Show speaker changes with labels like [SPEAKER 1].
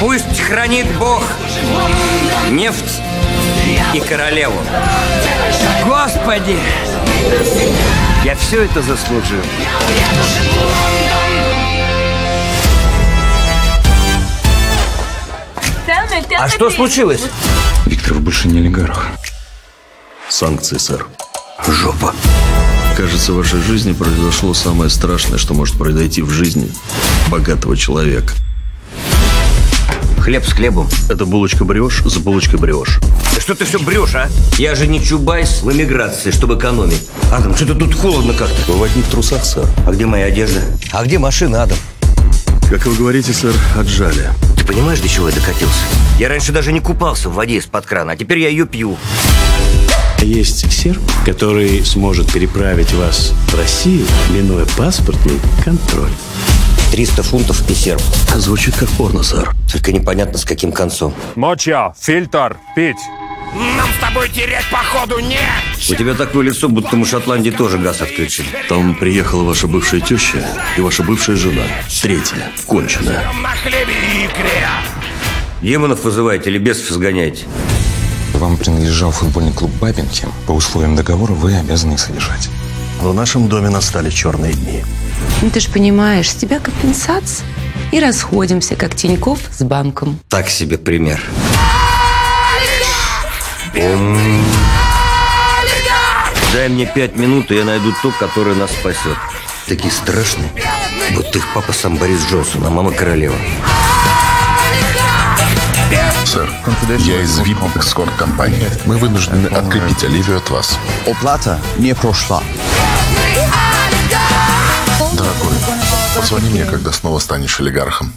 [SPEAKER 1] Пусть хранит Бог нефть и королеву.
[SPEAKER 2] Господи! Я все это заслужил. А что случилось?
[SPEAKER 3] Виктор больше не олигарх.
[SPEAKER 4] Санкции, сэр.
[SPEAKER 3] Жопа.
[SPEAKER 4] Кажется, в вашей жизни произошло самое страшное, что может произойти в жизни богатого человека.
[SPEAKER 1] Хлеб с хлебом.
[SPEAKER 4] Это булочка брешь за булочкой брешь.
[SPEAKER 1] Да что ты все брешь, а? Я же не Чубайс в эмиграции, чтобы экономить. Адам, что-то тут холодно как-то.
[SPEAKER 4] Вы в одних трусах, сэр.
[SPEAKER 1] А где моя одежда? А где машина, Адам?
[SPEAKER 4] Как вы говорите, сэр, отжали.
[SPEAKER 1] Ты понимаешь, до чего я докатился? Я раньше даже не купался в воде из-под крана, а теперь я ее пью.
[SPEAKER 5] Есть серб, который сможет переправить вас в Россию, минуя паспортный контроль.
[SPEAKER 1] 300 фунтов и серп.
[SPEAKER 4] Звучит как порно, сэр.
[SPEAKER 1] Только непонятно, с каким концом.
[SPEAKER 6] Моча, фильтр, пить.
[SPEAKER 1] У тебя такое лицо, будто мы в Шотландии тоже газ отключили.
[SPEAKER 4] Там приехала ваша бывшая теща и ваша бывшая жена. Третья, конченая.
[SPEAKER 1] Демонов вызываете или бесов изгоняете?
[SPEAKER 7] Вам принадлежал футбольный клуб Бабинки. По условиям договора вы обязаны их содержать.
[SPEAKER 4] В нашем доме настали черные дни.
[SPEAKER 8] Ну ты же понимаешь, с тебя компенсация. И расходимся, как Тиньков с банком.
[SPEAKER 1] Так себе пример. Дай мне пять минут, и я найду ту, которая нас спасет. Такие страшные, будто их папа сам Борис Джонсон, а мама королева.
[SPEAKER 7] Сэр, я из VIP эскорт компании. Мы вынуждены открепить Оливию от вас.
[SPEAKER 2] Оплата не прошла.
[SPEAKER 7] Дорогой, позвони мне, когда снова станешь олигархом.